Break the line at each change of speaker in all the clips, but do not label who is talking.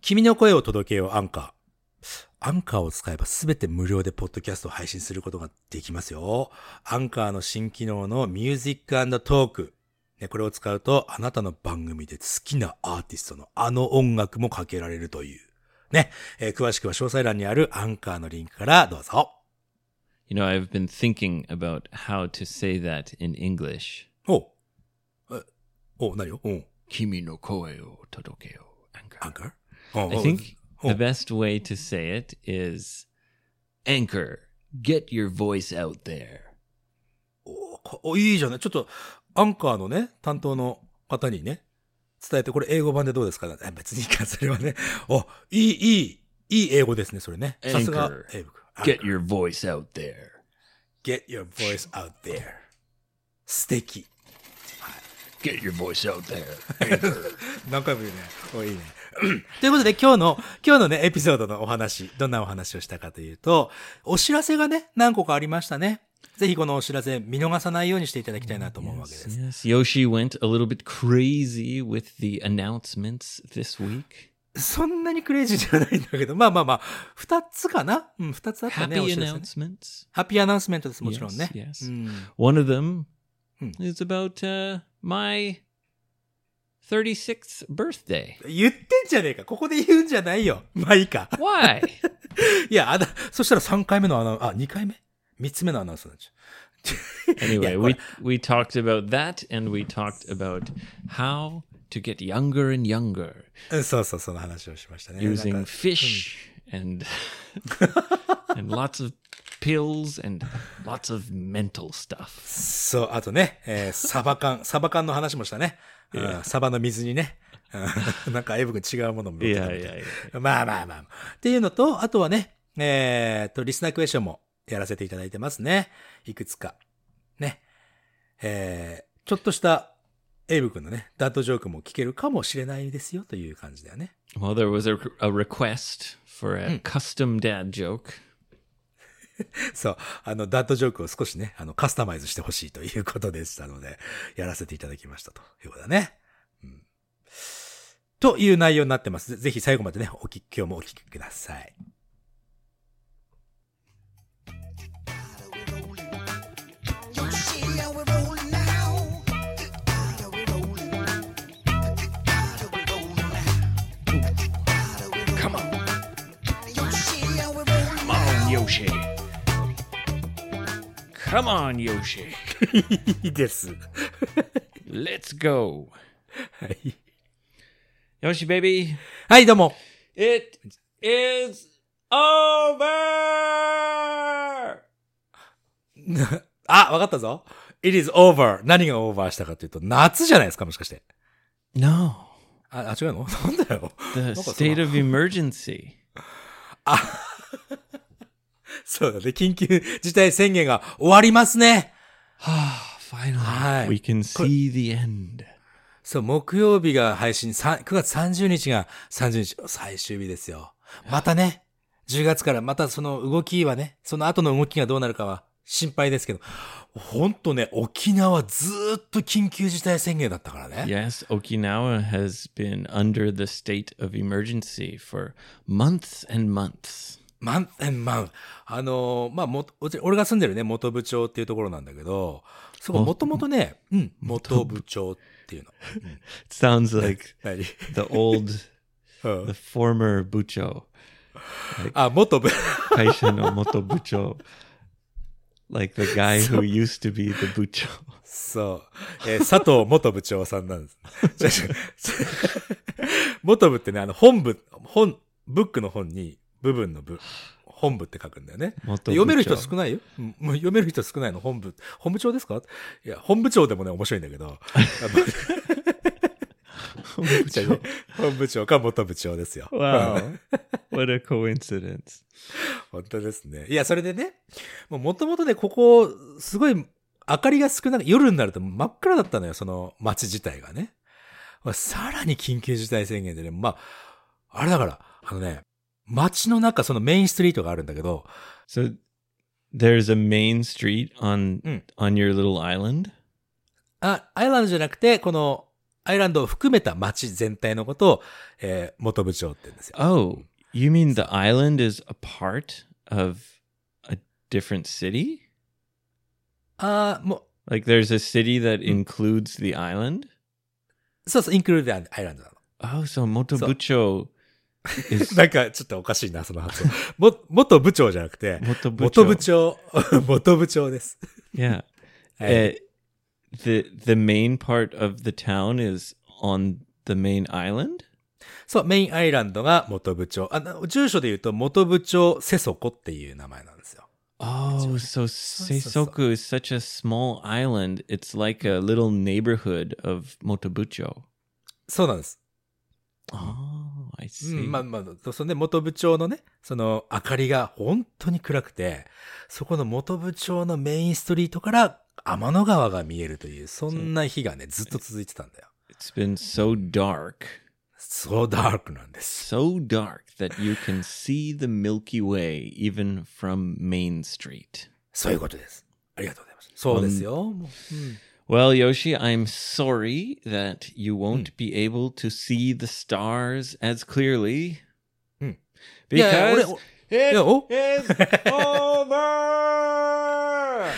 君の声を届けようアンカー。アンカーを使えばすべて無料でポッドキャストを配信することができますよ。アンカーの新機能のミュージックトーク。ね、これを使うと、あなたの番組で好きなアーティストのあの音楽もかけられるという。ね、えー詳しくは詳細欄にあるアンカーのリンクからどうぞ。
You know, I've been thinking about how to say that in English.
おうえおう、何ようん。
Kimi no koe o todoke o
アン
anchor.
カー
I think
お
the best way to say it is anchor. Get your voice out there.
おこおいいじゃない。ちょっと、アンカーのね、担当の方にね、伝えて、これ英語版でどうですかあ別にいいか、 それはね。お、いい、いい、いい英語ですね、それね。さすが
Anchor、
英語。
Get your voice out there.
Get your voice out there. 素敵。
Get your voice out there.
何回も言うね。お、いいね。 ということで、今日の、今日のね、エピソードのお話、どんなお話をしたかというと、お知らせがね、何個かありましたね。ぜひこのお知らせ見逃さないようにしていただきたいなと思うわけです。
yes, Yoshi went a little bit crazy with the announcements this week.
そんなにクレイジーじゃないんだけど、まあまあまあ、二つかなうん、二つあったね。お
Happy
知らせね
announcements.
ハッピーアナウンスメントです、もちろんね。
Yes, yes.
うん、
One of them
Hmm.
is about uh, my 36th birthday.
言ってんじゃねえか。ここで言うんじゃないよ。まあいいか。
Why?
いや、あだ、そしたら3回目のアナウンあ、2回目 ?3 つ目のアナウンスになんちゃう。い
anyway,
や
we we talked about that and we talked about how to get younger and younger
うんそうそう、その話をしましたね。な
using
んか
fish and and lots of pills and lots of mental stuff.
そう、あとね、えーサバ缶、 サバ缶の話もしたね。うん、サバの水にね。うん なんか、エイブ君違うものも持ってた
Yeah,
みたい
yeah, yeah.
まあまあまあ。っていうのと、あとはね、えーっと、リスナークエスチョンもやらせていただいてますね。いくつか。ね。えー、ちょっとした、エイブ君のね、ダットジョークも聞けるかもしれないですよという感じだよね。
Well, there was a, a request for a custom dad joke.
そう。あの、ダットジョークを少しね、あの、カスタマイズしてほしいということでしたので、やらせていただきましたということだね。うん。という内容になってます。ぜぜひ最後までね、お聞き、今日もお聞きください。
Yoshi. Come on, Yoshi.
いいです。
Let's go.
はい。
Yoshi, baby,
はい、どうも。
it is over.
あ、わかったぞ。It is over. 何がオーバーしたかというと、夏じゃないですか、もしかして。
No,
あ、あ違うの なんだよ。
the
その
state of emergency.
そうだね。緊急事態宣言が終わりますね。
Ah, Finally,
Hi.
we can see the end.
そう、木曜日が配信、さん9月30日が30日、最終日ですよ。またね、10月からまたその動きはね、その後の動きがどうなるかは心配ですけど、ほんとね、沖縄ずーっと緊急事態宣言だったからね。
Yes, Okinawa has been under the state of emergency for months and months.
マン、え、マン。あのーまあ、もと、うち俺が住んでるね、元部長っていうところなんだけど、そこ
あ
もともとね、うん、元部長っていうの。
Sounds like
何
the old,
うん
the former Bucho.
あ、元部、
Kaisha no moto bucho. Like the guy who used to be the bucho.
そう、えー佐藤元部長さんなん です。違う違う元部ってね、あの、本部、本、ブックの本に、部分の部、本部って書くんだよね。
元部長
で読める 人少ないよ。うんもう読める人少ないの、本部。本部長ですかいや、本部長でもね、面白いんだ けど。じゃあね本部長か元部長ですよ。
wow. What a coincidence.
本当ですね。いや、それでね、もともとね、ここ、すごい、明かりが少なく、夜になると真っ暗だったのよ、その街自体がね。まあさらに緊急事態宣言でね、まあ、あれだから、あのね、街の中、そのメインストリートがあるんだけど、
So there's a main street on
Mm.
on your little island.
あ、アイランドじゃなくて、この、アイランドを含めた街全体のことを、えー元部長って言うんですよ。
Oh, you mean the island is a part of a different city?
ああ、も
Like there's a city that includes the island?
う、そうそう、インクルーディアイランドな
Oh, so Motobucho is
の。なんか、ちょっとおかしいな、その発音。も、元部長じゃなくて、
Motobucho.
元部長、元部長です。
Yeah.
はい
Uh, the the main part of the town is on the main island?
そう、メインアイランドが元部長。あの住所で言うと、元部長セソコっていう名前なんですよ。
Oh, so Seisoku is such a small island. It's like a little neighborhood of Motobucho.
そうなんです。
Oh, I
う
see.
ん、まあまあ、そそんで元部長のね、その明かりが本当に暗くて、そこの元部長のメインストリートから天の川が見えるという、そんな日がね、ずっと続いてたんだよ。
It's been so dark,
そうダークなんです。
so dark that you can see the Milky Way even from Main Street.
そういうことです。ありがとうございます。そうですよ。もううん、
Well, Yoshi, I'm sorry that you won't
Hmm.
be able to see the stars as clearly.
Hmm. Yeah,
Because
what-
it
yeah, oh.
is over!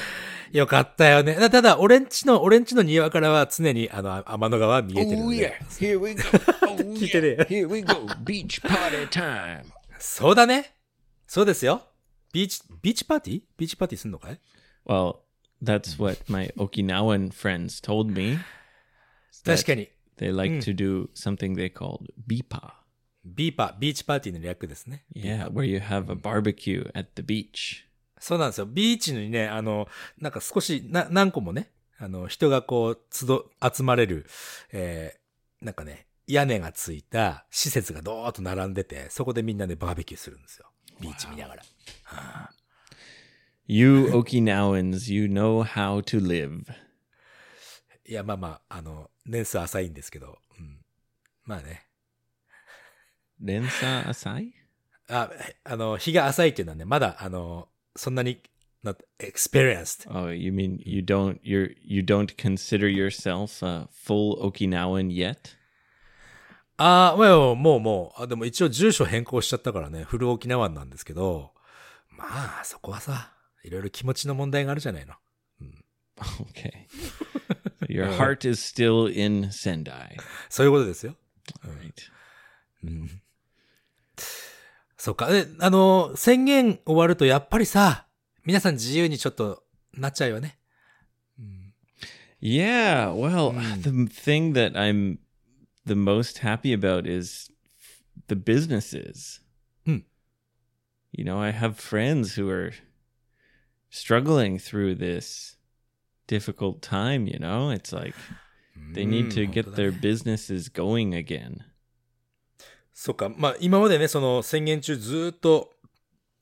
よかったよね。だただ、俺んちの、俺んちの庭からは常にあの、天の川見えてる
Oh
んで
yeah, here we go. Oh yeah,
Kitty.
here we go. Beach party time.
そうだね。そうですよ。ビーチ、ビーチパーティービーチパーティーすんのかい
Well,
Hmm.
that's what my Okinawan friends told me.
確かに。
They
Hmm.
like to do something they called bipa.
ビーパー、ビーチパーティーの略ですね。
Yeah, where you have a
Hmm.
barbecue at the beach.
そうなんですよ。ビーチにね、あの、なんか少し、な、何個もね、あの、人がこう、集ど、集まれる、えー、なんかね、屋根がついた施設がどーっと並んでて、そこでみんなでバーベキューするんですよ。ビーチ見ながら。
You Okinawans, you know how to live.
いや、まあまあ、あの、年数浅いんですけど、うん。まあね。
Rensa asai?
あ、あの、日が浅いっていうのはね、まだ、あの、そんなに、not experienced
Oh, you mean you don't you're you don't consider yourself a full Okinawan yet?
ああ、well もうもう、あでも一応住所変更しちゃったからね、フル沖縄なんですけど、まあ、そこはさ、いろいろ気持ちの問題があるじゃないの。
Okay. So your heart is still in Sendai.
そういうことですよ。
All right.
うん。そっか。え、あの、宣言終わるとやっぱりさ、皆さん自由にちょっとなっちゃうよね。
Yeah, well, the thing that I'm the most happy about is the businesses.
Hmm.
You know, I have friends who are struggling through this difficult time, you know? It's like they
う
need
ん
to
本
get
当だね
their businesses going again.
そっか。まあ、今までね、その宣言中ずーっと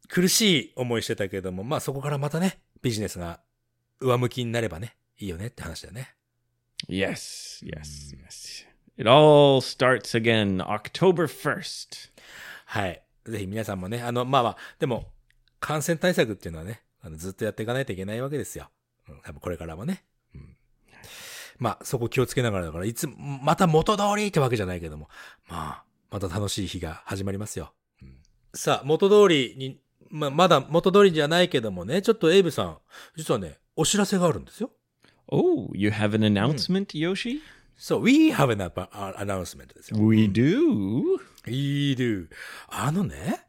苦しい思いしてたけれども、まあそこからまたね、ビジネスが上向きになればね、いいよねって話だよね。
Yes, yes, yes. It all starts again October 1st.
はい。ぜひ皆さんもね、あの、まあまあ、でも、感染対策っていうのはね、あのずっとやっていかないといけないわけですよ。うん、多分これからもね。うん、まあ、そこ気をつけながらだから、いつ、また元通りってわけじゃないけども、まあ、また楽しい日が始まりますよ。うん、さあ、元通りに、まあ、まだ元通りじゃないけどもね、ちょっとエイブさん、実はね、お知らせがあるんですよ。
Oh, you have an announcement, Yoshi? Hmm.
そう、we have an app- uh, announcement ですよ。
We do.
We do. あのね、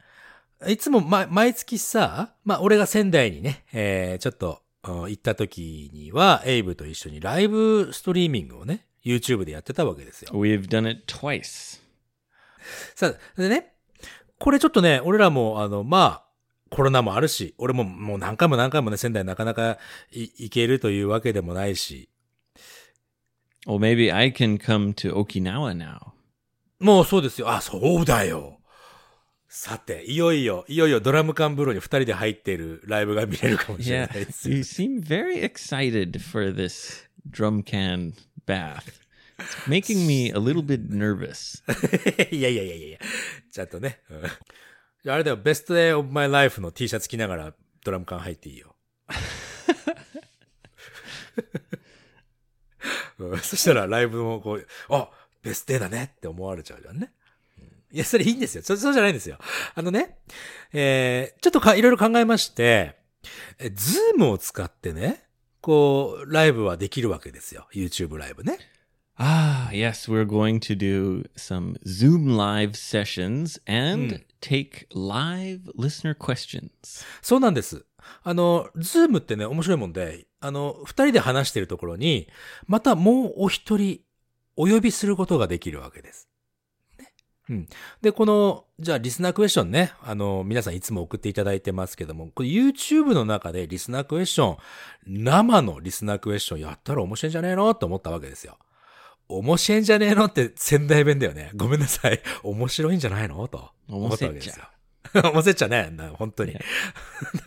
いつも、ま、毎月さ、まあ、俺が仙台にね、えー、ちょっと、うん行った時には、エイブと一緒にライブストリーミングをね、YouTube でやってたわけですよ。
We've done it twice.
さあ、でね、これちょっとね、俺らも、あの、まあ、コロナもあるし、俺ももう何回も何回もね、仙台なかなかい行けるというわけでもないし、
Well, maybe I can come to Okinawa now.
もうそうですよ。あ、そうだよ。さて、いよいよ、いよいよドラム缶風呂に二人で入っているライブが見れるかもしれない
Yeah,
ですよ
you seem very excited for this drum can bath. It's making me a little bit nervous.
いやいやいやいやいやちゃんとね。うんじゃああれだよ、ベストデイオブマイライフの T シャツ着ながらドラム缶入っていいよ。 うんそしたらライブもこう、あ、ベストデーだねって思われちゃうじゃんね。いや、それいいんですよ。そそうじゃないんですよ。あのね、えー、ちょっとか、いろいろ考えまして、えズームを使ってね、こう、ライブはできるわけですよ。YouTube ライブね。
Ah, yes, we're going to do some Zoom live sessions and take live listener questions.
そうなんです。あの、ズームってね、面白いもんで、あの、二人で話してるところに、またもうお一人、お呼びすることができるわけです。ね。うん。で、この、じゃあ、リスナークエスチョンね。あの、皆さんいつも送っていただいてますけども、これ YouTube の中でリスナークエスチョン、生のリスナークエスチョンやったら面白いんじゃねえのって思ったわけですよ。面白いんじゃねえのって仙台弁だよね。ごめんなさい。面白いんじゃないのと思ったわけ ですよ。 面白いっちゃね。な本当に。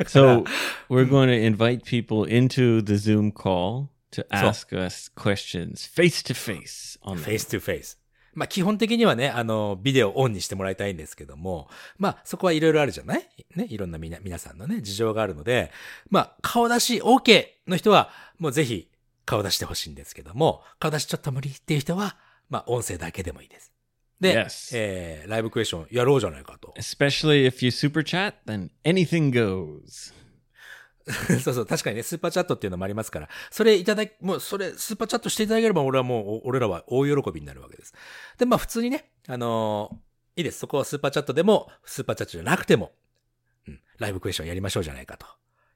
So we're going to invite people into the Zoom call to ask us questions face to face on the
フェイス to フェイス。まあ基本的にはね、あの、ビデオオンにしてもらいたいんですけども、まあそこはいろいろあるじゃないね、いろんなみな、皆さんのね、事情があるので、まあ顔出し OK の人は、もうぜひ顔出してほしいんですけども、顔出しちょっと無理っていう人は、まあ音声だけでもいいです。で、
Yes.
えー、ライブクエスチョンやろうじゃないかと。
Especially if you super chat, then anything goes.
そうそう、確かにね、スーパーチャットっていうのもありますから、それいただき、もうそれ、スーパーチャットしていただければ、俺はもう、お俺らは大喜びになるわけです。で、まあ普通にね、あのーいいです。そこはスーパーチャットでも、スーパーチャットじゃなくても、うん、ライブクエスチョンやりましょうじゃないかと。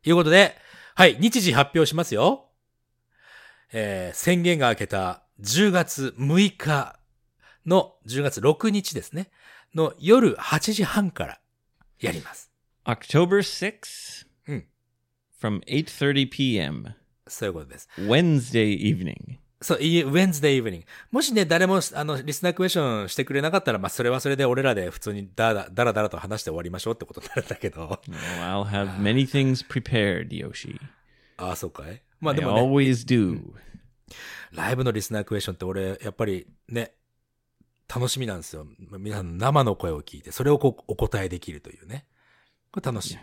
いうことで、はい、日時発表しますよ。えー、宣言が明けた10月6日の、10月6日ですね、の夜8時半からやります。
October 6th
Hmm.
from 8:30 p.m.
そういうことです。
Wednesday evening.
そう、い Wednesday evening。もしね、誰も、あの、リスナークエスチョンしてくれなかったら、まあ、それはそれで俺らで普通にだらだらだらと話して終わりましょうってことになるんだけど。
You know, I'll have many things prepared, Yoshi.
ああ、そうかいまあ
I
でもね、
always do.
ライブのリスナークエスチョンって俺、やっぱりね、楽しみなんですよ。皆さんの生の声を聞いて、それをこう、お答えできるというね。これ楽しい。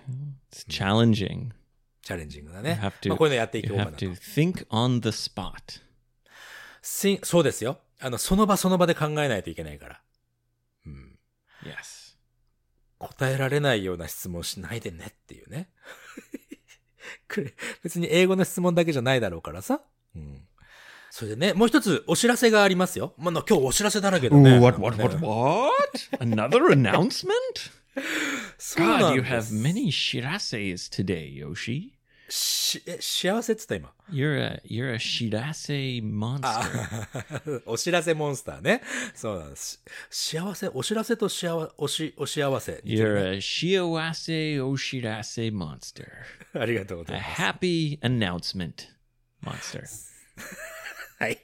It's challenging.
チャレンジングだ
You
ね
have。to,
まあ、こういうのやってい
you
こうかな
have
と
to。think on the spot.
しそうですよ。あの、その場その場で考えないといけないから。うん。
Yes.
答えられないような質問しないでねっていうね。 くれ、別に英語の質問だけじゃないだろうからさ。うん。それでね、もう一つお知らせがありますよ。まあ、な今日お知らせだらけだね。
what, what, what, what? Another announcement?
そうなんです
God, you have many shirases today, Yoshi.
し、え、幸せって言った今。
You're a you're a shirase monster.
あ お知らせモンスターね。そうなんです。し幸せ、お知らせと幸せ、おし、お幸せ。
You're a shiawase oshirase monster.
ありがとうござ
A
います。
happy announcement monster.
はい。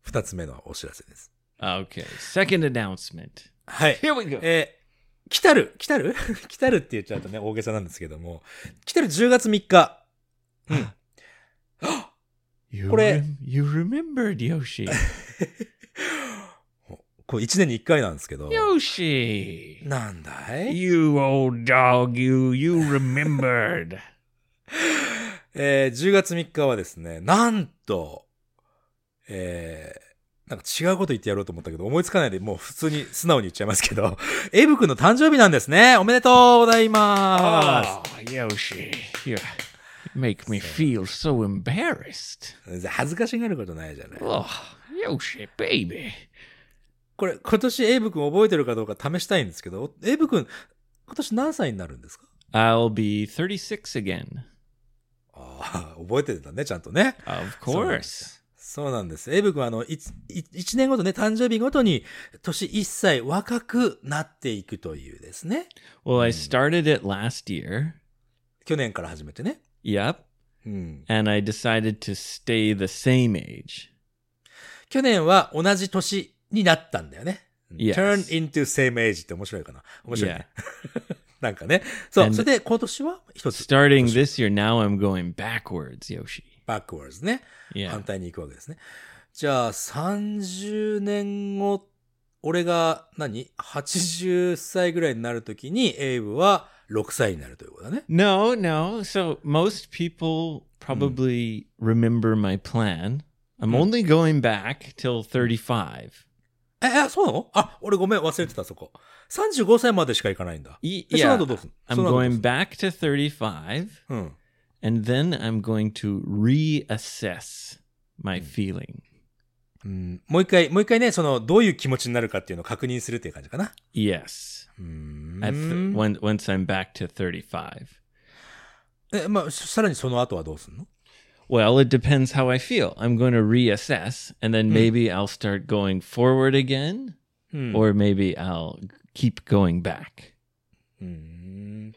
二つ目のお知らせです。
Okay, second announcement.
はい。
Here we go.
えー、来たる、来たる 来たるって言っちゃうとね、大げさなんですけども、来たる10月3日。
You,
これ-
rem- you remembered Yoshi.
これ1年に1回なんですけど。
Yoshi!
なんだい
You old dog, you, you remembered.
えー、10月3日はですね、なんと、えー、なんか違うこと言ってやろうと思ったけど、思いつかないでもう普通に素直に言っちゃいますけど、エイブ君の誕生日なんですね。おめでとうございます。
oh, Yoshi. You make me feel so embarrassed.
恥ずかしがることないじゃない。
Oh, Yoshi, baby.
これ、今年エイブ君覚えてるかどうか試したいんですけど、エイブ君、今年何歳になるんですか
I'll be 36 again.
ああ、 覚えてたね、ちゃんとね。
Of course.
そうなんです。エイブ君は、あの、いつい一年ごとね、誕生日ごとに、年一歳若くなっていくというですね。
Well, I started it last year.
去年から始めてね。
Yep.
うん。
And I decided to stay the same age.
去年は同じ年になったんだよね。
Yes.
turn into same age って面白いかな。面白い、
Yeah.
ね。なんかね。そう。
And-
それで今年は一つ、
Starting this year, now I'm going backwards, Yoshi.
バックワーズね。
Yeah.
反対に行くわけですね。じゃあ、30年後、俺が何、?80 歳ぐらいになるときに、エイブは6歳になるということだね。
Hmm. No, no. So most people probably remember my plan I'm only going back till 35.
え、え、そうなのあ、俺ごめん、忘れてた、そこ。35歳までしか行かないんだ。
Y-
え、その
Yeah,
後どうすんの
I'm
その後どうすん
going back to 35,
のうん。
and then I'm going to reassess my feeling.
うん、もう一回、もう一回ね、その、どういう気持ちになるかっていうのを確認するっていう感じかな。
Yes,
うー
at th-
ん。
when, once I'm back to 35.
え、まあ、さらにその後はどうすんの
Well, it depends how I feel. I'm going to reassess, and then maybe I'll start going forward again,
うん。
or maybe I'll keep going back.
うーん。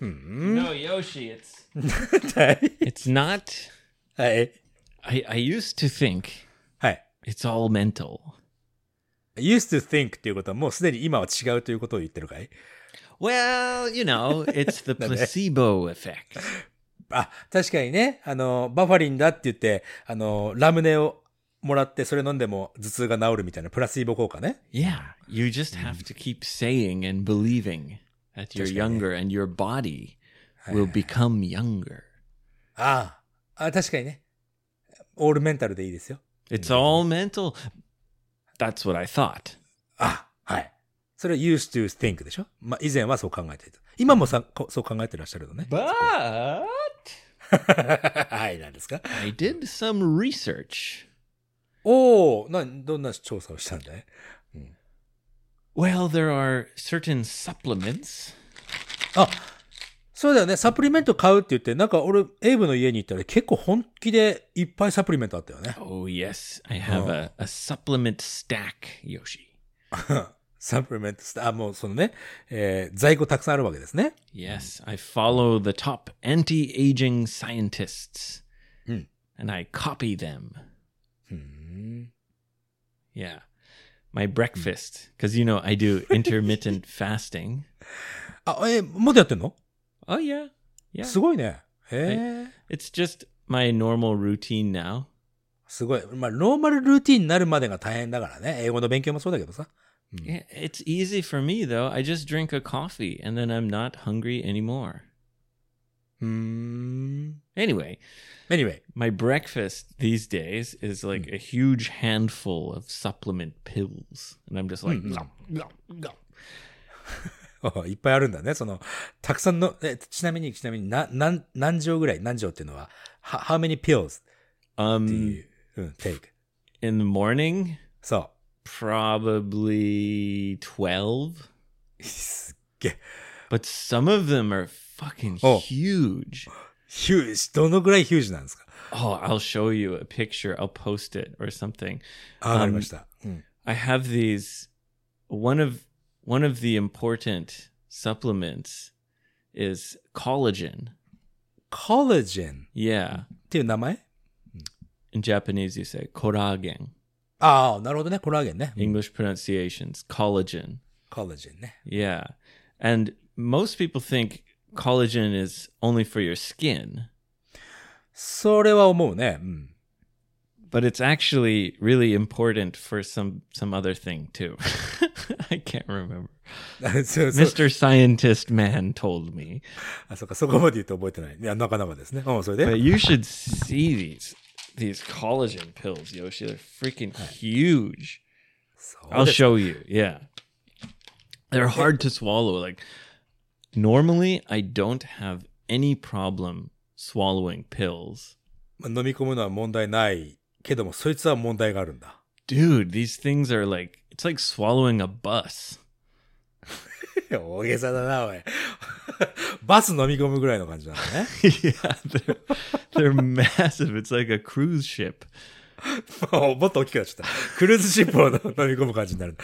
No, Yoshi, it's
はい。
it's not.
はい。
I I used to think
はい。
it's all mental.
used to think っていうことはもうすでに今は違うということを言ってるかい
Well, you know, it's the placebo effect.
あ、確かにね、あの、バファリンだって言って、あの、ラムネをもらってそれ飲んでも頭痛が治るみたいなプラスイボ効果ね。
Yeah, you just have to keep saying and believing that you're
Just-
younger and your body will become younger.
ああ。あ、確かにね。オールメンタルでいいですよ。
It's all mental. That's what I thought.
あ、はい。それは used to think でしょまあ、以前はそう考えていた。今もさ、こそう考えてらっしゃるのね。
But
はい、なんですか
I did some research.
おお、な、どんな調査をしたんだい
Well, there are certain supplements.
あ、そうだよね。サプリメント買うって言って、なんか俺、エイブの家に行ったら結構本気でいっぱいサプリメントあったよね。
Oh, yes, I have a, a supplement stack, Yoshi.
サプリメントスタあ、もうそのね、えー在庫たくさんあるわけですね。
Yes, I follow the top anti aging scientists
Hmm.
and I copy them.
うーん。
Yeah. My breakfast, because you know, I do intermittent fasting.
あ、えーまだやってんの
Oh, yeah. Yeah.
すごいね。へえ。
It's just my normal routine now.
すごい。まあ、ノーマルルーティンになるまでが大変だからね。英語の勉強もそうだけどさ。
Yeah, It's easy for me, though. I just drink a coffee and then I'm not hungry anymore.
うーん。
Anyway,
Anyway.
my breakfast these days is like a huge handful of supplement pills. And I'm just like, "Nom, nom, nom."
いっぱいあるんだね。その、たくさんの、えちなみに、ちなみに、な、何、何錠ぐらい何錠っていうのは、は how many pills って
um,
いう、うん、take.
in the morning,
そ
probably 12.
う。すっげえ。
But some of them are fucking
Oh.
huge.
ヒュージ、どのぐらいヒュージなんですか
Oh, I'll show you a picture. I'll post it or something.
あ、わかりました。うん。
I have these one of one of the important supplements is collagen.
コラジェン
Yeah.
っていう名前
In Japanese you say koragen.
ああ、なるほどね。コラーゲンね。
English pronunciations collagen.
コラジェンね。
Yeah. And most people think collagen is only for your skin,
それは思うね。うん。
but it's actually really important for some some other thing too. I can't remember.
そうそう
Mr. Scientist Man told me.
あ、そうか、そこまで言うと覚えてない。いや、なかなかですね。うん、それ
But
で。
you should see these these collagen pills, Yoshi. They're freaking huge.
そう
I'll
です
show you. Yeah. They're hard to swallow. Like normally I don't have any problem swallowing pills.
まあ飲み込むのは問題ないけども、そいつは問題があるんだ。
Dude, these things are like it's like swallowing a bus.
大げさだな、おい。 バス飲み込むぐらいの感じなんだね。
yeah, they're, they're massive. It's like a cruise ship.
もうもっと大きくなっちゃった。クルーズシップを飲み込む感じになる。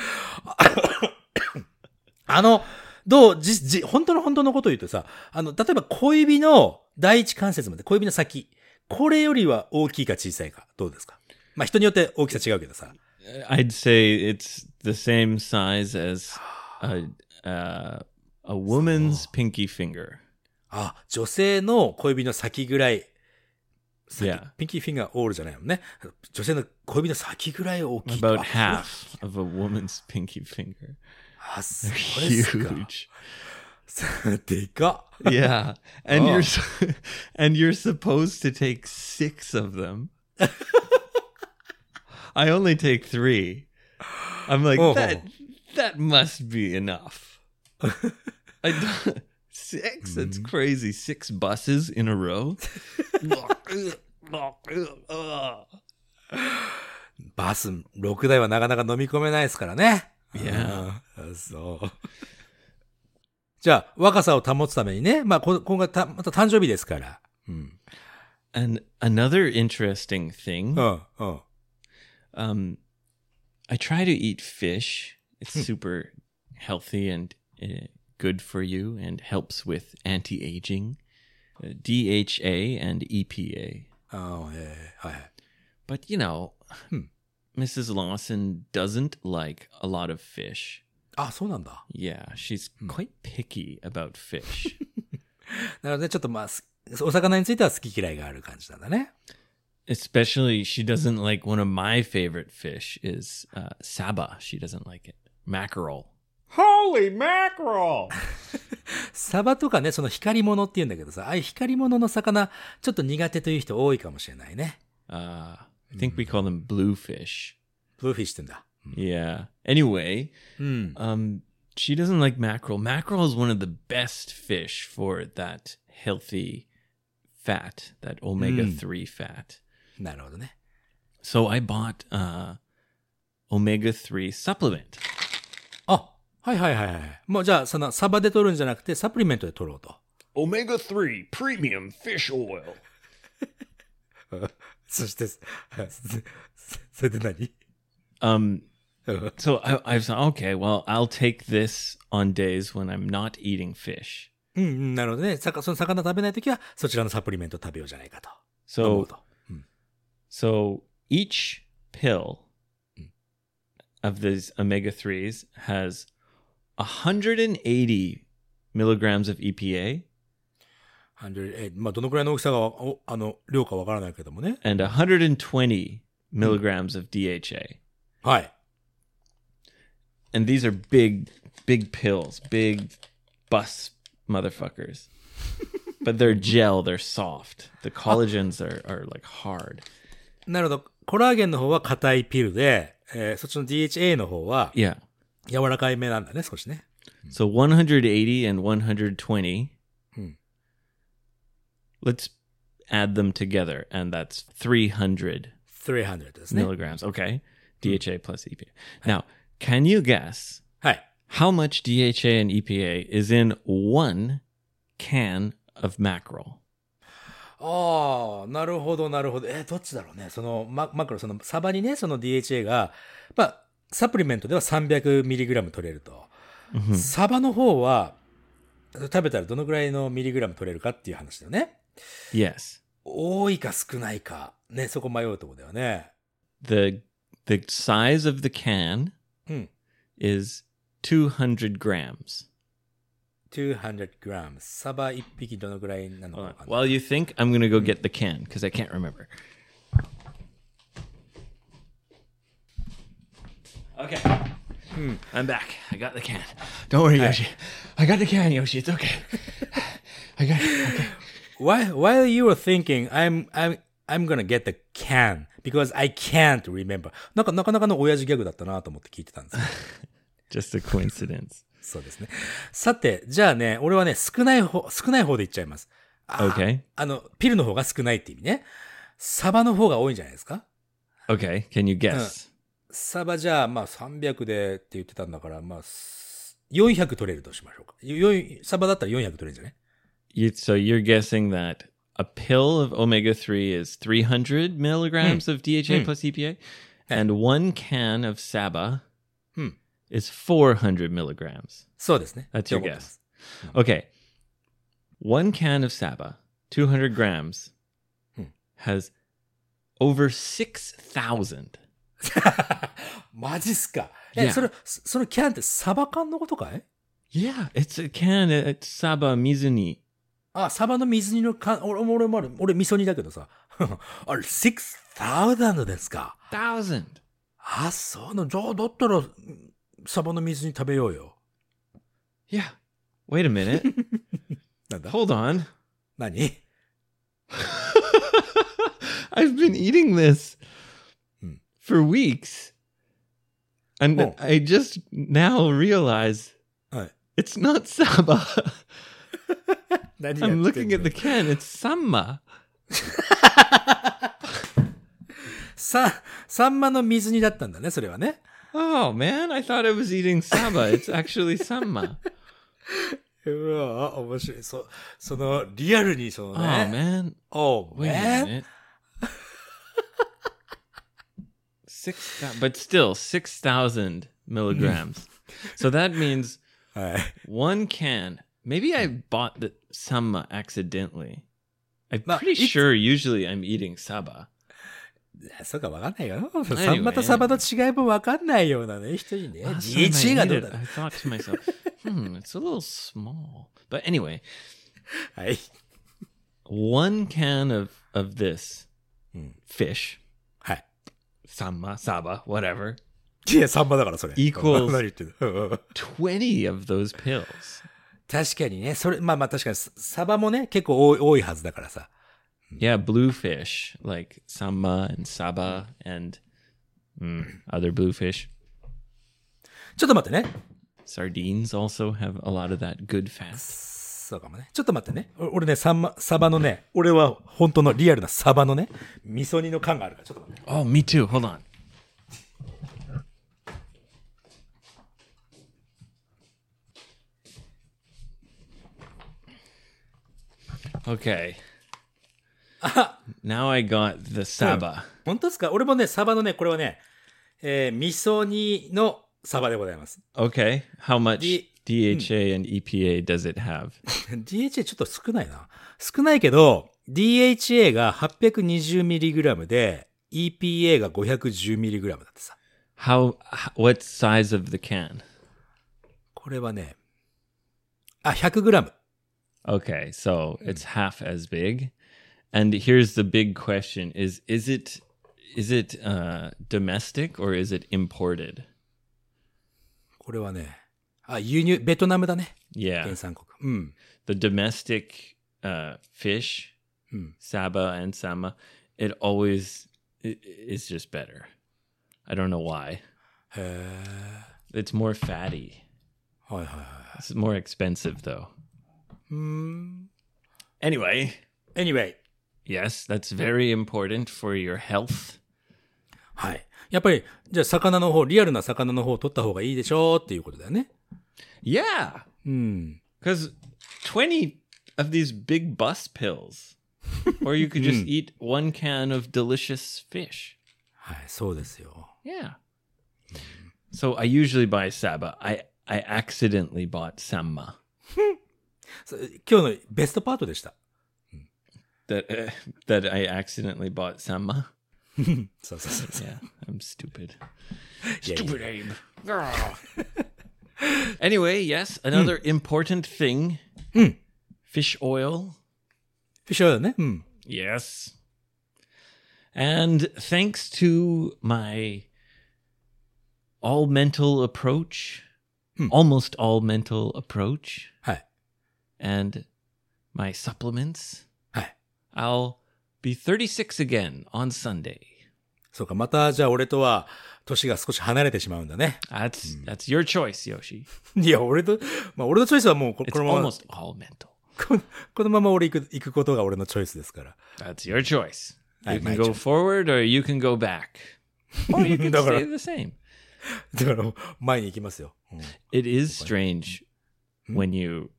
あの、どう、じ、じ、本当の本当のことを言うとさ、あの、例えば小指の第一関節まで、小指の先。これよりは大きいか小さいか、どうですかまあ人によって大きさ違うけどさ。
Uh, I'd say it's the same size as a uh, a woman's pinky finger.
あ、女性の小指の先ぐらい。先
Yeah.
ピンキーフィンガーオールじゃないもんね。女性の小指の先ぐらい大きい。
About
あ
half of a woman's pinky finger.
あ、そう
They're
ですか。
huge.
でかっ
Yeah. And
Oh.
you're s- and you're supposed to take 6 of them. I only take three. I'm like
Oh.
that. That must be enough. I don't- six. That's
Mhm.
crazy. Six buses in a row.
バス6台はなかなか飲み込めないですからね。
いや
うん。そう。じゃあ、若さを保つためにね、まあ、こ今回た、また誕生日ですから。うん。
And another interesting thing.
うん、うん。
Um, I try to eat fish. It's
Hmm.
super healthy and uh, good for you, and helps with anti-aging, uh, DHA and EPA.
ああ、ええはいはい。
But you know,
Hmm.
Mrs. Lawson doesn't like a lot of fish.
あ、そうなんだ。
Yeah, she's
Hmm.
quite picky about fish.
なので、ちょっとまあ、すお魚については好き嫌いがある感じなんだね。
Especially, she doesn't like one of my favorite fish is uh, saba. She doesn't like it. Mackerel. Holy mackerel!
サバとかね、その光り物って言うんだけどさ、ああいう光り物の魚、ちょっと苦手という人多いかもしれないね。
Uh, I think
Hmm.
we call them bluefish.
ブルーフィッシュって言うんだ。
Yeah. Anyway,
うん。
um, she doesn't like mackerel. Mackerel is one of the best fish for that healthy fat, that omega
Mm.
three fat.
なるほどね。
So I bought uh, omega three supplement.
あ、はいはいはいはい。もうじゃあ、その、サバで取るんじゃなくて、サプリメントで取ろうと。
Omega 3 Premium Fish Oil.
そして、そそれで何
Um,
うん
so I, I thought, okay, well, I'll take this on days when I'm not eating fish.
うん、なるほどね。さかその魚食べないときは、そちらのサプリメント食べようじゃないかと。思
So
うと。
So each pill of these omega 3s has 180 milligrams of E EPA
100えまあ、どのくらいの大きさがわ、おあの、量かわからないけどもね。
and 120 milligrams of DHA.
はい。
And these are big, big pills, big bus motherfuckers. but they're gel, they're soft. The collagens are, are like hard.
なるほど。コラーゲンの方は硬いピルで、えーそっちの DHA の方は、
Yeah.
柔らかいめなんだね、少しね。
So 180 and 120.
Hmm.
Let's add them together, and that's 300
300ですね。
milligrams. Okay. DHA plus EPA. Now, can you guess
はい。
how much DHA and EPA is in one can of mackerel?
ああ、なるほど、なるほど。えーどっちだろうね。その、ママクロ、その、サバにね、その DHA が、まあ、サプリメントでは 300mg 取れると。
Mhm.
サバの方は、食べたらどのぐらいのミリグラム取れるかっていう話だよね。
Yes.
多いか少ないか。ね、そこ迷うとこだよね。
The the size of the can
うん。
is 200 grams.
200g。サバ1匹どのぐらいなのかわ
Hold
かんな
on.
い
While you think, I'm going to go get the can because I can't remember. Okay. Hmm, I'm back. I got the can. Don't worry, Yoshi. I got the can, Yoshi. It's okay. I got it. Okay.
While, while you were thinking, I'm, I'm, I'm gonna get the can because I can't remember. なんかなかなかの親父ギャグだったなと思って聞いてたんですけど
Just a coincidence.
そうですね。さて、じゃあね、俺はね、少ない方、少ない方でいっちゃいます。あー
Okay.
あの、ピルの方が少ないって意味ね。サバの方が多いんじゃないですか
Okay. Can you guess?
サバじゃあ、まあ300でって言ってたんだから、まあ、す400取れるとしましょうか。よよサバだったら400取れるんじゃない
You, so you're guessing that a pill of omega 3 is 300 milligrams of
Hmm.
DHA plus EPA, and one can of Saba
Hmm.
is 400 milligrams.
そうですね。
That's your
と思ってます
Okay. One can of Saba, 200 grams,
Hmm.
has over 6,000.
マジっすか。え、
Yeah.
それ、そそのキャンってサバ缶のことかい
Yeah, it's a can. It's Saba Mizuni.
あ、サバの水煮の缶、俺も俺もある。俺味噌煮だけどさ。 あれ、6000ですか。
Thousand.
あ、そうなの。じゃあ、だったら、うんサバの水に食べようよ。
Yeah. Wait a minute.
なんだ
Hold on.
何
I've been eating this
Hmm.
for weeks. And
Oh.
I just now realize
Alright.
it's not Saba.
何
I'm looking at the can. It's Samma.
さ、サンマの水煮だったんだね、それはね。
Oh, man. I thought I was eating Saba. It's actually Samma.
うわぁ、面白い。そ、その、リアルにそ
Oh,
のね。
man.
Oh,
Wait a minute. Six, thou- but still, 6,000 milligrams. so that means
はい。
one can. Maybe I bought the Sama accidentally. I'm
No,
pretty
it's-
sure usually I'm eating Saba.
そうか、わかんないよ。
Anyway
サンマとサバの違いもわかんないようなね、人にね。
Last time I
1が
ate
どう
it,
だろ
I thought to myself, hmm, it's a little small. But anyway,
う。はい。
one can of, of this
Mm.
fish,
はい。
Sama, Saba, whatever,
いや、サンマだから、それ。
Equals
何言ってんの
20 of those pills.
確かにね、それ、まあまあ確かに、ササバもね、結構多い多いはずだからさ。
Yeah, bluefish like Sama and Saba and mm, other bluefish.
ちょっと待ってね。
Sardines also have a lot of that good fat.
そうかもね。ちょっと待ってね。お俺ね、サンマ、サバのね、俺は本当のリアルなサバのね、味噌煮の感があるから、ちょっと待って。
Oh, me too. Hold on. Okay. now I got the Saba.
本当ですか俺もね、サバのね、これはね、えー、味噌煮のサバでございます。
Okay. How much
The- hmm.
DHA and EPA does it have?
DHA ちょっと少ないな。少ないけど、DHA が 820mg で、EPA が 510mg だってさ。
How, h- what size of the can?
これはね、あ、100g。
Okay, so
Hmm.
it's half as big. And here's the big question is is it is it uh domestic or is it imported?
これはね、あ、輸入、ベトナムだね。
Yeah.
原産国。うん。
The domestic uh fish,
Hmm.
Saba and Sama, it always i- is just better. I don't know why.
へえ。
It's more fatty.
はいはいはい。
It's more expensive though.
うーん。
Hmm. Anyway,
Anyway。
yes, that's very important for your health.
はい。やっぱり、じゃあ魚の方、リアルな魚の方を取った方がいいでしょうっていうことだよね。
Yeah.
うん。
Because 20 of these big bus pills. or you could just eat one can of delicious fish.
はい、そうですよ。
Yeah. So I usually buy Saba. I, I accidentally bought Samma.
そ今日のベストパートでした。
That, uh, that I accidentally bought Samma.
そうそうそうそう。
Yeah, I'm stupid.
いやいや
Stupid Abe. Ah, Grr.
Anyway, yes, another important thing fish oil.
フィッシュオイルね。うん。
Yes. And thanks to my all mental approach, almost all mental approach,
はい。
and my supplements,
はい。
I'll be 36 again on Sunday.
そうか、また、じゃあ俺とは、年が少し離れてしまうんだね。
That's that's your choice, Yoshi.
いや、俺と、まあ俺のチョイスはもうこ、
It's
このまま、
almost all mental.
ここのまま俺行く、行くことが俺のチョイスですから。
That's your choice.
I-
You can
my
go
choice.
forward or you can go back. Or you can
だから
stay the same.
だから、前に行きますよ。うん
It is strange
Hmm?
when you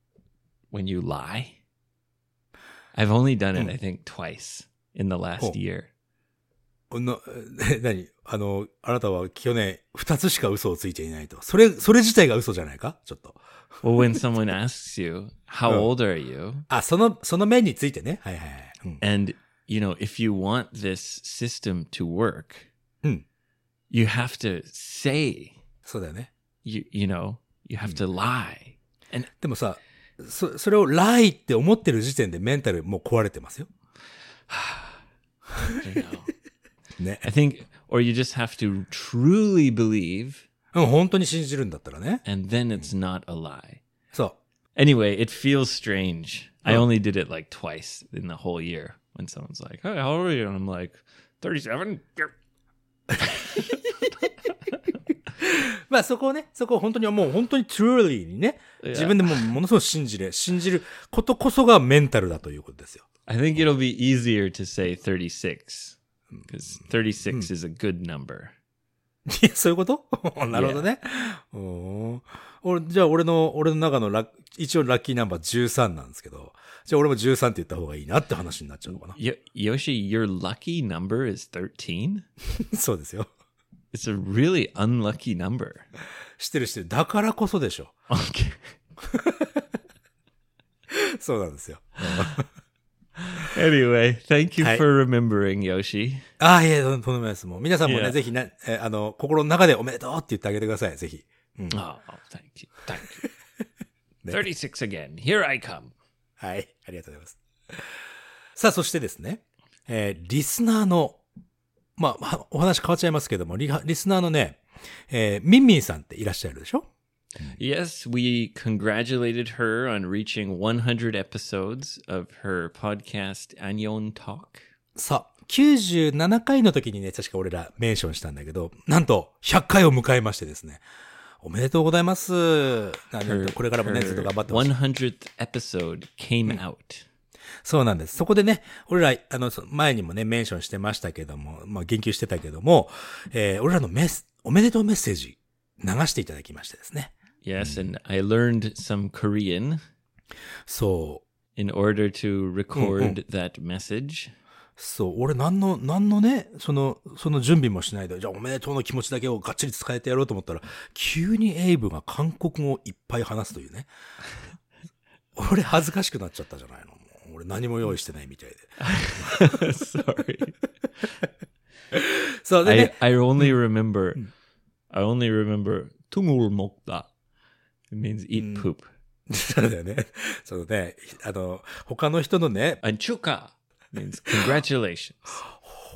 when you lie. I've only done
Hmm.
it, I think, twice in the last
Oh.
year.
この、 え何あの、あなたは去年二つしか嘘をついていないと。それ、それ自体が嘘じゃないかちょっと。
Well, when someone asks you, "How
Oh.
old are you?"
あ、その、その面についてね。はいはいはい。うん
and you know, if you want this system to work,
Hmm.
you have to say
そうだよね。
you you know you
Hmm.
have to lie.
でもさ、そ、それをライって思ってる時点でメンタルもう壊れてますよ。
You know,
ね。
I think, or you just have to truly believe,
うん、本当に信じるんだったらね。
and then it's not a lie.
そ
Anyway, it feels strange. I only did it like twice in the whole year. when someone's like, "Hey, how are you?" and I'm like, "37." Yep.
まあそこをね、そこを本当にもう本当に truly にね、
Yeah.
自分でもものすごく信じれ、信じることこそがメンタルだということですよ。
I think it'll be easier to say 36 because 36 is a good number.
いや、そういうこと なるほどね。うーん俺、じゃあ俺の、俺の中のラッ一応ラッキーナンバー13なんですけど、じゃあ俺も13って言った方がいいなって話になっちゃうのかな。
Yo- Yoshi, your lucky number is 13?
そうですよ。
It's a really unlucky number.
知ってる知ってる。だからこそでしょ。
Okay.
そうなんですよ。
Anyway, thank you
Hi.
for remembering, Yoshi.
ああ、いや、とんでもないです。もう皆さんもね、
Yeah.
ぜひね、えあの、心の中でおめでとうって言ってあげてください。ぜひ。
Oh, thank you. Thank you. 36 again. Here I come.
はい。ありがとうございます。さあ、そしてですね、えーリスナーの、まあまあ、お話変わっちゃいますけども、リハリスナーのね、えーミンミンさんっていらっしゃるでしょ
Yes, we congratulated her on reaching 100 episodes of her podcast, Anyon Talk.
さあ、97回の時にね、確か俺らメンションしたんだけど、なんと、100回を迎えましてですね、おめでとうございます。なるほどこれからもね、
her Hmm.
ずっと頑張ってほしい。
100th episode came out.
そうなんです。そこでね、俺ら、あの、そ前にもね、メンションしてましたけども、まあ、言及してたけども、えー俺らのメス、おめでとうメッセージ、流していただきましてですね。
Yes, and I learned some Korean
そう。
in order to record that message.
そう、俺何の、何のね、その、その準備もしないで、じゃあおめでとうの気持ちだけをがっちり伝えてやろうと思ったら、急にエイブが韓国語をいっぱい話すというね。俺恥ずかしくなっちゃったじゃないの。もう俺何も用意してないみたいで。
Sorry.
そう、で
I,
ね、
I only remember I only remember tungul mokda. It means eat poop.
そうだよね。そのね、あの、他の人のね、
And chuka means congratulations.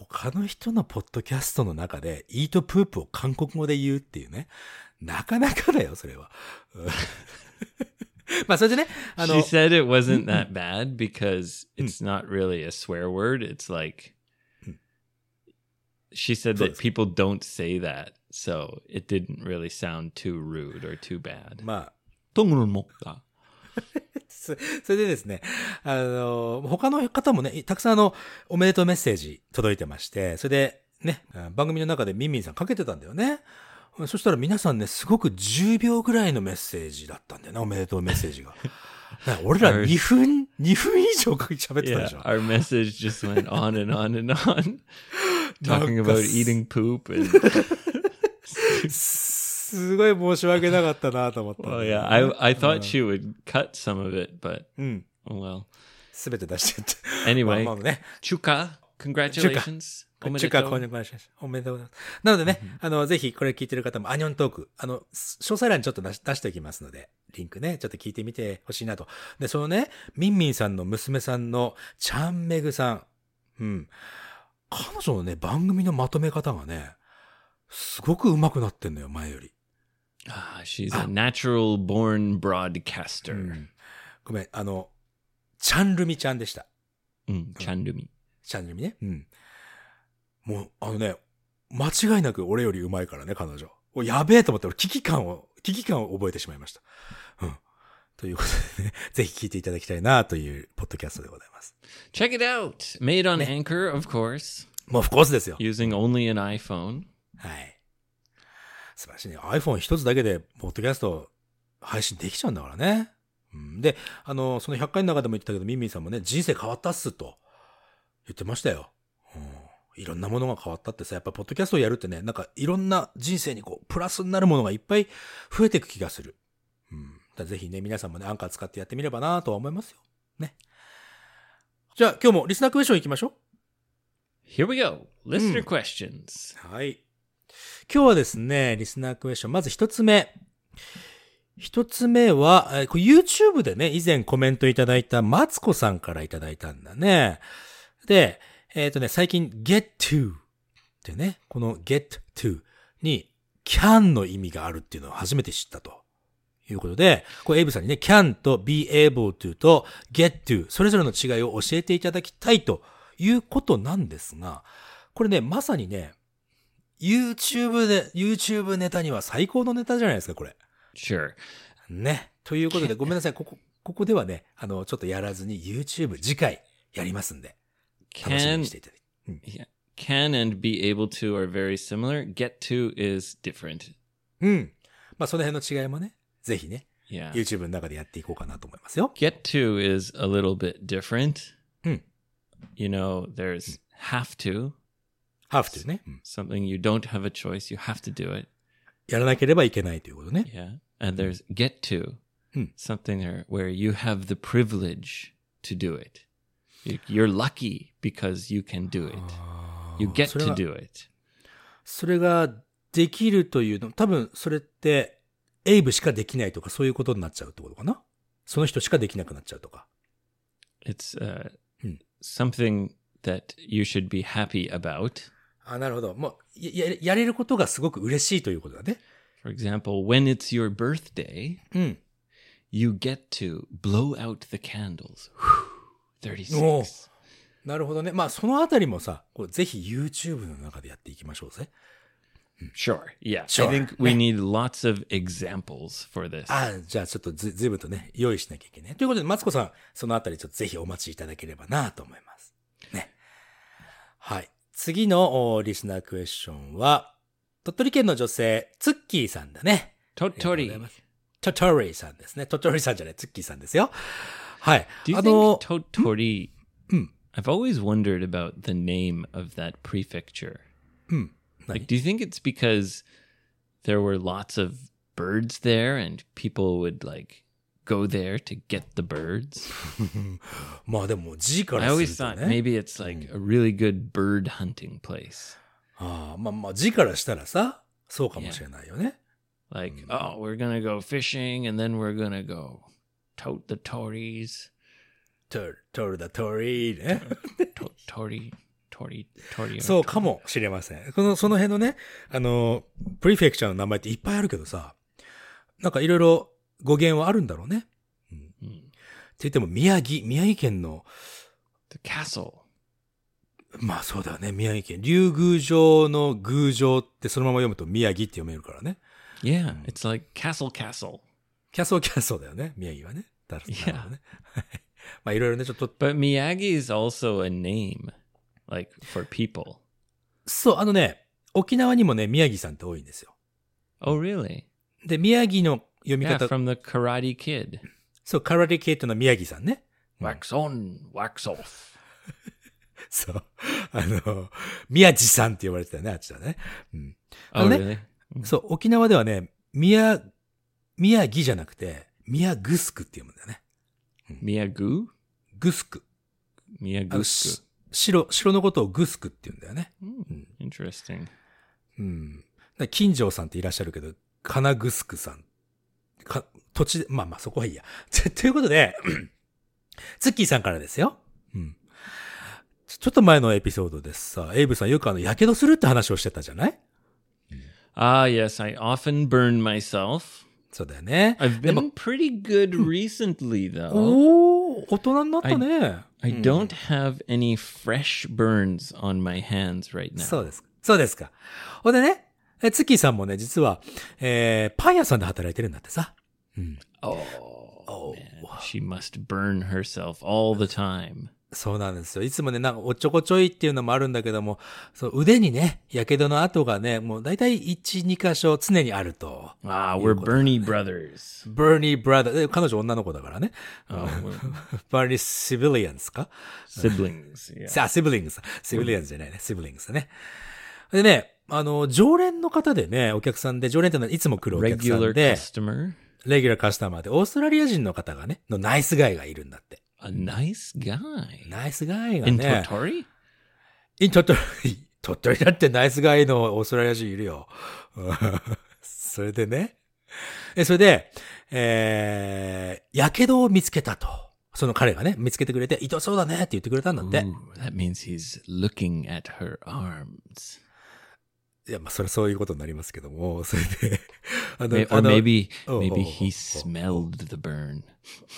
他の人のポッドキャストの中で、イートプープを韓国語で言うっていうね。なかなかだよ、それは。 うんまあ、それでね、あの
she、said it wasn't that bad because it's not really a swear word. It's like she said
So
that
it's-
people don't say that, so it didn't really sound too rude or too bad.
まあ、
동물목다.
そそれでですね、あの、他の方もね、たくさんあの、おめでとうメッセージ届いてまして、それでね、あ番組の中でミンミンさんかけてたんだよね。そしたら皆さんね、すごく10秒ぐらいのメッセージだったんだよね、おめでとうメッセージが。なんか俺ら2分、2分以上かけ喋ってたで
Yeah,
しょ。
our message just went on and on and on,
Naka's-
talking about eating poop. And
すごい申し訳なかったなと思ったんだ
well,
よね、
yeah, I I thought she would cut some of it, but
Mm.
oh well.
すべて出しちゃって。
Anyway,
まあまあね
chuka, congratulations.
中華
Omedetou.
購入お願いします。おめでとうございます。なのでね、あの、ぜひこれ聞いてる方も、アニョントーク、あの、す詳細欄にちょっと出し出しておきますので、リンクね、ちょっと聞いてみてほしいなと。で、そのね、ミンミンさんの娘さんの、チャンメグさん。うん。彼女のね、番組のまとめ方がね、すごく上手くなってんのよ、前より。
Ah, she's a natural born broadcaster.
Hmm. ごめん、あの、チャンルミちゃんでした。
Mm, Chandumi.
チャンルミね。うん。もう、あのね、間違いなく俺より上手いからね、彼女。おやべえと思って、俺危機感を、危機感を覚えてしまいました。うん。ということでね、ぜひ聞いていただきたいなという、ポッドキャストでございます。
Check it out. Made on Anchor, of course,
もう、不コースですよ。
using only an iPhone.
はい。素晴らしいね。iPhone 一つだけで、ポッドキャスト配信できちゃうんだからね。うん、で、あの、その100回の中でも言ってたけど、ミンミンさんもね、人生変わったっすと言ってましたよ。うん、いろんなものが変わったってさ、やっぱポッドキャストをやるってね、なんかいろんな人生にこう、プラスになるものがいっぱい増えていく気がする。うん、だからぜひね、皆さんもね、アンカー使ってやってみればなとは思いますよ。ね。じゃあ今日もリスナークエスチョン行きましょう。
Here we go. Listener questions.
はい。今日はですね、リスナークエスチョン、まず一つ目。一つ目は、えーこれ YouTube でね、以前コメントいただいたマツコさんからいただいたんだね。で、えっ、とね、最近 get to ってね、この get to に can の意味があるっていうのを初めて知ったと。いうことで、これエイブさんにね、can と be able to と get to それぞれの違いを教えていただきたいということなんですが、これね、まさにね、YouTube で、YouTube ネタには最高のネタじゃないですか、これ。
Sure.
ね。ということで、ごめんなさい。ここ、ここではね、あの、ちょっとやらずに YouTube 次回やりますんで、楽しみ
Can
にしていただいて。
yeah, can and be able to are very similar. Get to is different.
うん。まあ、その辺の違いもね、ぜひね、
Yeah.
YouTube の中でやっていこうかなと思いますよ。
Get to is a little bit different.
Hmm.
You know, there's have to,
have to ね。うん
something you don't have a choice, you have to do it.
やらなければいけないということね。
Yeah. And there's get to,
Hmm.
something there where you have the privilege to do it. You- You're lucky because you can do it.
Oh. あー
You get
それ
to
が
do it.
それができるというの、多分それって、エイブしかできないとかそういうことになっちゃうってことかなその人しかできなくなっちゃうとか。
It's uh,
Hmm.
something that you should be happy about.
あ、なるほど。もう、や、ややれることがすごく嬉しいということだね。
For example, when it's your birthday,
うん。
you get to blow out the candles.
Oh.
36.
なるほどね。まあ、そのあたりもさ、こうぜひ YouTube の中でやっていきましょうぜ。
Sure. Yeah.
Sure. Ah.
I think we need lots of examples for this.
ああ、じゃあちょっとず、ずいぶんとね、用意しなきゃいけない。ということで、マツコさん、そのあたりちょっとぜひお待ちいただければなと思います。ね。はい。次のおリスナークエスチョンは、鳥取県の女性、ツッキーさんだね。
Totori.
トトリさんですね。トトリさんじゃない、ツッキーさんですよ。はい。
Do you
あの、
think Totori? I've always wondered about the name of that prefecture. Like, do you think it's because there were lots of birds there and people would like go there to get the birds?
まあでも、G か
I
らす
always
るとね。
thought maybe it's like a really good bird hunting place.
ああまあまあ、G からしたらさ、そうかもしれないよね。
Like, oh, we're gonna go fishing and then we're gonna go tote the Tories.
トトルだ、トリーね。
Tote Tory Tory Tory.
そうかもしれません。この、その辺のね、あの、プリフェクチャーの名前っていっぱいあるけどさ、なんかいろいろ語源はあるんだろうね。
Mm.
って言っても、宮城、宮城県の、
The castle.
まあそうだよね、宮城県。竜宮城の宮城ってそのまま読むと宮城って読めるからね。
Yeah, it's like castle castle.
キャソーキャソーだよね、宮城はね。だろ
いや
なるほどね。まあいろいろね、ちょっと、
But Miyagi is also a name, like for people.
そう、あのね、沖縄にもね、宮城さんって多いんですよ。
Oh, really?
で、宮城の読み
Yeah,
方、
from the Karate Kid.
そう、カラディケイトの宮城さんね。
Wax on, wax off.
そう。あの、宮地さんって呼ばれてたよね、あっちだね。うん。
Oh,
あのね、
really?
そう、沖縄ではね、宮、宮城じゃなくて、宮グスクって読むんだよね。
Miyagu?
グスク。あの
Miyagusku.
し白、白のことをグスクって言うんだよね。
Hmm, interesting.
うん。だから金城さんっていらっしゃるけど、金グスクさん。か、土地で、まあまあそこはいいや。 とということで、 ツッキーさんからですよ。うん。ちょちょっと前のエピソードでさ、エイブさんよくあの、火傷するって話をしてたじゃない
Ah, yes, I often burn myself.
そうだよね。
I've been pretty good
Hmm.
recently, though.
おー、大人になったね。
I
Hmm.
don't have any fresh burns on my hands right now.
そうですか。そうですか。ほんでね、えツッキーさんもね、実は、えー、パン屋さんで働いてるんだってさ。
oh, man. She must burn herself all the time.
そうなんですよ。いつもね、なんかおっちょこちょいっていうのもあるんだけども、そう腕にね、火傷の跡がね、もうだいたい1、2箇所常にあると。
Ah, we're Bernie brothers.
バーニー・ブラザー、え彼女女の子だからね。
Oh, we're
バーニー・シビリアンスか
siblings. Yeah.
さあ、シブリングス。シビリアンスじゃないね。シビリングスね。でね、あの、常連の方でね、お客さんで、常連ってのはいつも来るお客さ
regular
んで、
customer,
レギュラーカスタマーで、オーストラリア人の方がね、のナイスガイがいるんだって。
a nice guy.
ナイスガイが
In
ね、
Totori?
イン鳥取、 鳥取だってナイスガイのオーストラリア人いるよ。 うんそれでね。え、それで、えー、やけどを見つけたと。その彼がね、見つけてくれて、痛そうだねって言ってくれたんだって。
Ooh, that means he's looking at her arms.
いや、まあ、それそういうことになりますけども、それで、あ
May- or maybe
oh,
maybe
oh, oh,
he
oh.
smelled the burn.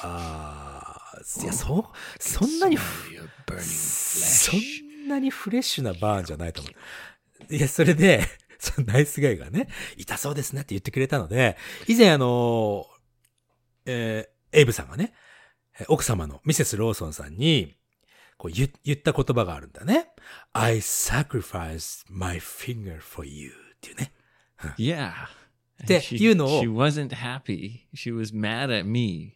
あいや、そ、そんなに、
Smell your burning
そ
flesh.
んなにフレッシュなバーンじゃないと思う。いや、それで、 そのナイスガイがね、痛そうですねって言ってくれたので、以前あの、えーエイブさんがね、えー奥様のミセス・ローソンさんに、こう言言った言葉があるんだね。I sacrificed my finger for you っていうね。
Yeah. And
Te-
she,
you know.
she wasn't happy. She was mad at me.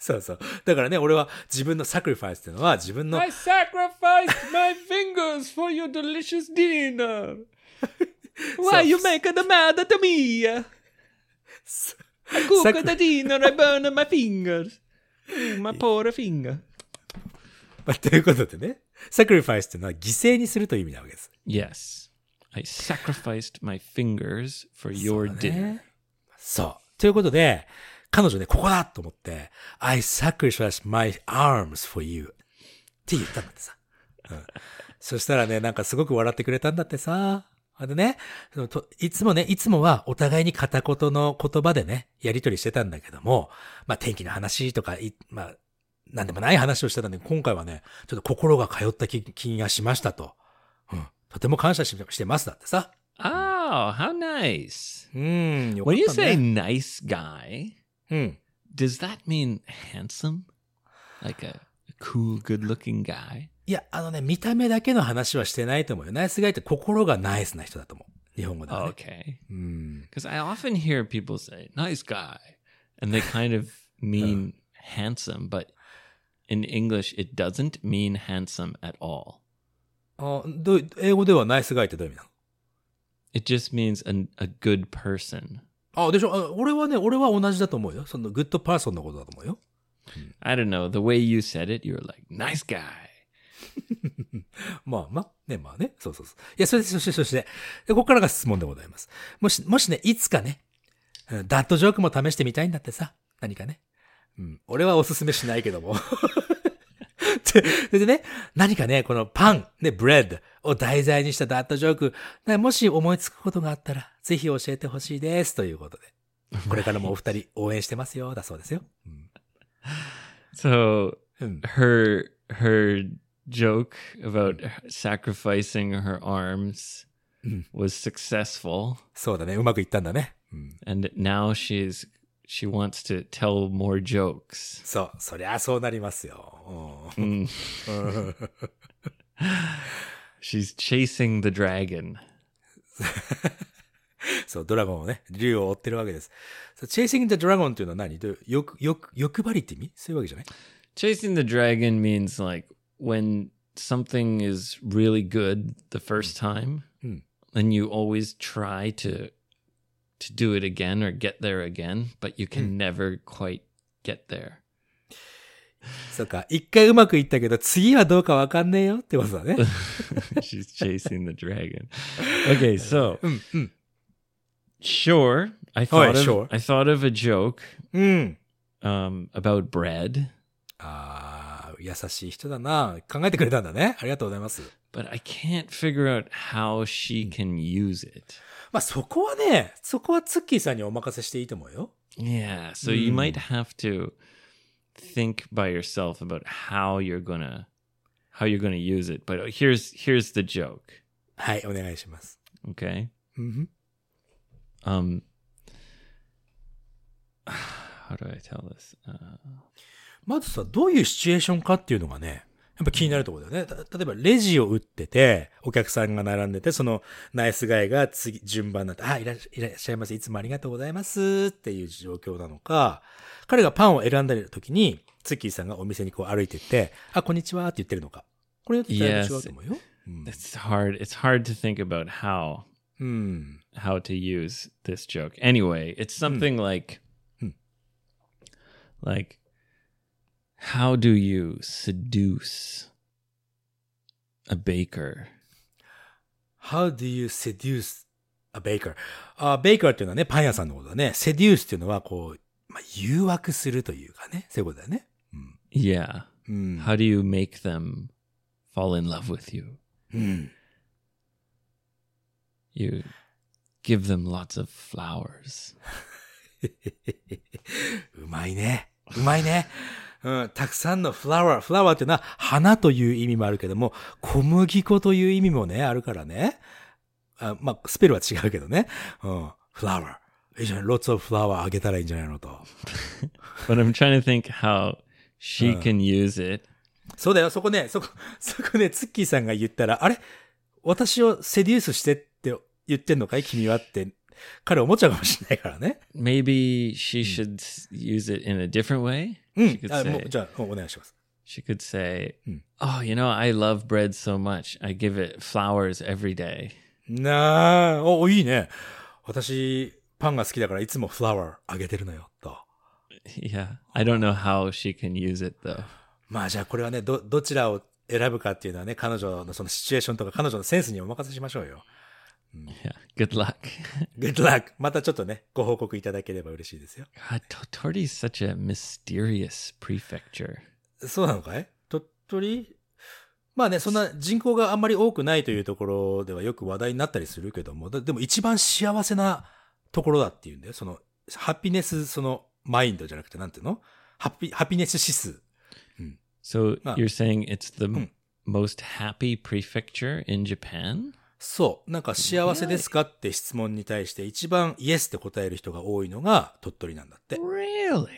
そうそう。だからね、俺は自分のサクリファイスっていうのは自分の
I sacrificed my fingers for your delicious dinner.
Why you
making the mad at me? I
Sacri- the
dinner, I burn my fingers. My poor finger.
まあ、ということでね、サクリファイスっていうのは犠牲にするという意味なわけです。
Yes. I sacrificed my fingers for your dinner.
そう。ということで、彼女ね、ここだと思って、I sacrificed my arms for you って言ったんだってさ。うんそしたらね、なんかすごく笑ってくれたんだってさ。あのね、そのといつもね、いつもはお互いに片言の言葉でね、やりとりしてたんだけども、まあ天気の話とか、いまあ、なんでもない話をしてたんで、今回はね、ちょっと心が通った気気がしましたと。うん。とても感謝ししてますだってさ。
Oh, how nice.
うん、よか
When
った、ね。
you say nice guy,
うん。
does that mean handsome? Like a, a cool, good looking guy?
いや、あのね、見た目だけの話はしてないと思うよ。ナイスガイって心がナイスな人だと思う。日本語では、ね。
okay.
うん。
Because I often hear people say, nice guy. And they kind of mean handsome, but in English, it doesn't mean handsome at all.
あどう英語ではナイスガイってどういう意味
It just means an, a good person.
なのあ、でしょあ俺はね、俺は同じだと思うよ。そのグッドパーソンのことだと思うよ。
I don't know. The way you said it, you were like, nice guy.
まあまあ、ね、まあね。そうそうそう。いや、それで、そして、そして、でここからが質問でございます。もし、もしね、いつかね、うんダットジョークも試してみたいんだってさ、何かね。うん、俺はおすすめしないけども。 でそれでね、何かね、このパン、ね、ブレッドを題材にしたダットジョーク、ねもし思いつくことがあったら、ぜひ教えてほしいです、ということで。これからもお二人応援してますよ、だそうですよ。うん。
So
うん。
her her joke about sacrificing her arms was successful,
そうだね、うまくいったんだね。うん。
and now she's she wants to tell more jokes.
そう、そりゃそうなりますよ。うん
Mm. she's chasing the dragon.
そう、ドラゴンをね、竜を追ってるわけです。そう Chasing the Dragon っていうのは何どういう欲、欲、欲張りって意味そういうわけじゃない
Chasing the dragon means like when something is really good the first time,
Mm.
and you always try to to do it again or get there again, but you can never quite get there.
そうか、一回うまくいったけど、次はどうかわかんねえよってことだね。
She's chasing the dragon. Okay, so
うん、うん。
sure, I thought of
sure.
I thought of a joke
うん。
um, about bread,
ああ、優しい人だな。考えてくれたんだね。ありがとうございます。
but I can't figure out how she can use it.
まあ、そこはね、そこはツッキーさんにお任せしていいと思うよ。
Yeah, so you might have to think by yourself about how you're gonna how you're gonna use it. But here's here's the joke.
はい、お願いします。
Okay.
うん。
Um how do I tell this? Uh,
まずさ、どういうシチュエーションかっていうのがね、やっぱ気になるところだよね。た例えば、レジを打ってて、お客さんが並んでて、そのナイスガイが次、順番になって、あ、いらっしいらっしゃいませ、いつもありがとうございますっていう状況なのか、彼がパンを選んだ時に、ツッキーさんがお店にこう歩いてって、あ、こんにちはって言ってるのか。これだとだいぶ違うと思うよ。うん。
it's hard. It's hard to think about how
うん。
how to use this joke. Anyway, it's something like
Hmm.
like how do you seduce a baker?
How do you seduce a baker? あ、ベーカーっていうのはね、パン屋さんのことだね。seduce っていうのは、こう、まあ、誘惑するというかね、そういうことだよね。
Yeah.
うん。
How do you make them fall in love with you?
うん。
You give them lots of flowers.
うまいね。うまいね。うん、たくさんのフラワー、フラワーっていうのは花という意味もあるけども、小麦粉という意味もね、あるからね。あまあ、スペルは違うけどね。うん、フラワー。いいじゃん、ロッツオフラワーあげたらいいんじゃないのと。
But I'm trying to think how she can use it.
そうだよ、そこね、そこ、 そこね、ツッキーさんが言ったら、あれ私をセデュースしてって言ってんのかい君はって、彼思っちゃうかもしれないからね。
Maybe she should s- use it in a different way.
う
She
ん
could。
あも
say,
うじゃあ、おお願いします。
she could say
Uh, Hmm.
"Oh, you know, I love bread so much. I give it flowers every day."
なあ、お、おいいね。私、パンが好きだからいつもフラワーあげてるのよ、と。
Yeah. I don't know how she can use it though.
まあじゃあこれはね、ど、どちらを選ぶかっていうのはね、彼女のそのシチュエーションとか彼女のセンスにお任せしましょうよ。
Yeah. Good luck.
Good luck! またちょっとね、ご報告いただければ嬉しいですよ。
God, Totori's such a mysterious prefecture.
そうなのかい鳥取まあね、そんな人口があんまり多くないというところではよく話題になったりするけども、だでも一番幸せなところだっていうんだよ。その、ハピネス、その、マインドじゃなくて、なんていうのハッピ、ハピネス指数。
So
Ah.
you're saying it's the
Hmm.
m most happy prefecture in Japan?
そう。なんか幸せですかって質問に対して一番イエスって答える人が多いのが鳥取なんだって。
Really?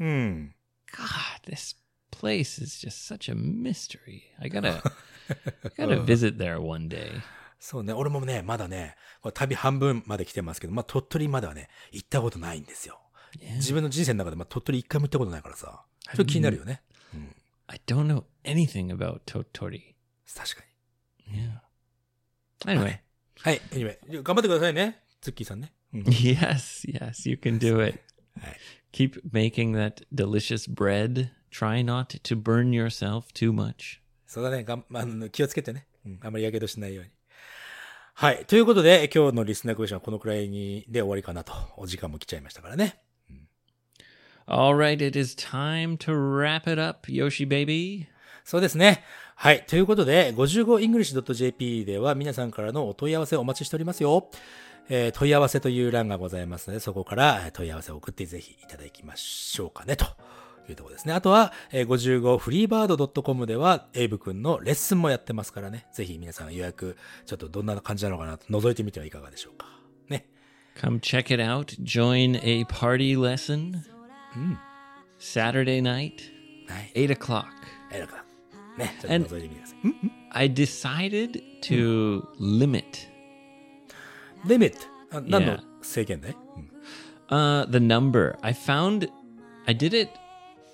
うん。
God, this place is just such a mystery. I gotta, I gotta visit there one day.
そうね。俺もね、まだね、これ旅半分まで来てますけど、まあ鳥取まではね、行ったことないんですよ。
Yeah.
自分の人生の中で、まあ、鳥取一回も行ったことないからさ。ちょっと気になるよね。
I don't know anything about Totori.
確かに。
Yeah. Anyway,
はい。anyway 頑張ってくださいね。ツッキーさんね。うん
yes, yes, you can do it.
Alright.
Keep making that delicious bread. Try not to burn yourself too much.
そうだね。がんあの気をつけてね。うんあんまりやけどしないように。はい。ということで、今日のリスナークエスチョンはこのくらいにで終わりかなと。お時間も来ちゃいましたからね。
All right, it is time to wrap it up, Yoshi baby.
そうですね。はい。ということで、55english.jp では皆さんからのお問い合わせをお待ちしておりますよ。えー問い合わせという欄がございますので、そこからえー問い合わせを送ってぜひいただきましょうかね、というところですね。あとは、えー55フリーバード .com では、エイブくんのレッスンもやってますからね。ぜひ皆さん予約、ちょっとどんな感じなのかなと覗いてみてはいかがでしょうか。ね。
Come check it out. Join a party lesson Saturday night,
はい。
eight o'clock.
エイブくん。ね。ちょっ
And-
と覗いてみてください。ん
I decided to limit
リミット。あ何の
Yeah
制限だい、うん、
uh, the number. I found I did it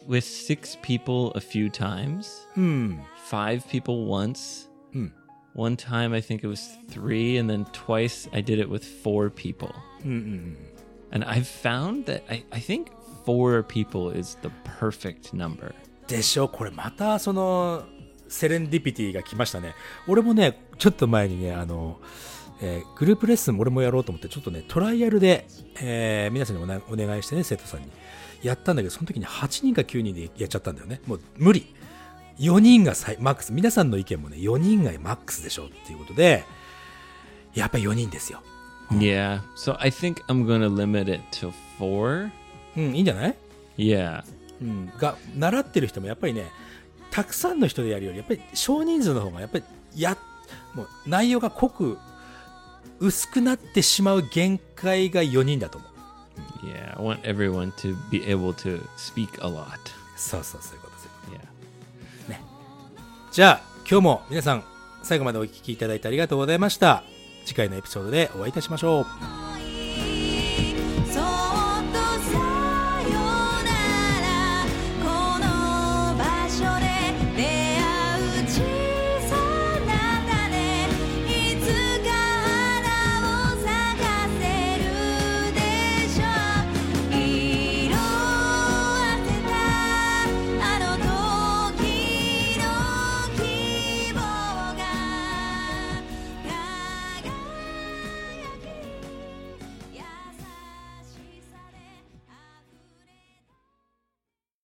with six people a few times,
うん。
five people once.
Hmm.
One time I think it was three, and then twice I did it with four people.
うんうんうん。
And I've found that I, I think four people is the perfect number.
でしょこれまたそのセレンディピティが来ましたね俺もねちょっと前にねあの、えーグループレッスンも俺もやろうと思ってちょっとねトライアルで、えー皆さんにおなお願いしてね生徒さんにやったんだけどその時に8人か9人でやっちゃったんだよねもう無理4人が最マックス皆さんの意見もね4人がマックスでしょっていうことでやっぱり4人ですよ
Yeah. So I think I'm going to limit it to four.
うんいいんじゃない
Yeah.
うん、が習ってる人もやっぱりねたくさんの人でやるよりやっぱり少人数の方がやっぱりやもう内容が濃く薄くなってしまう限界が4人だと思う
Yeah. I want everyone to be able to speak a lot.
そうそうそういうことです
Yeah.
じゃあ今日も皆さん最後までお聞きいただいてありがとうございました次回のエピソードでお会いいたしましょう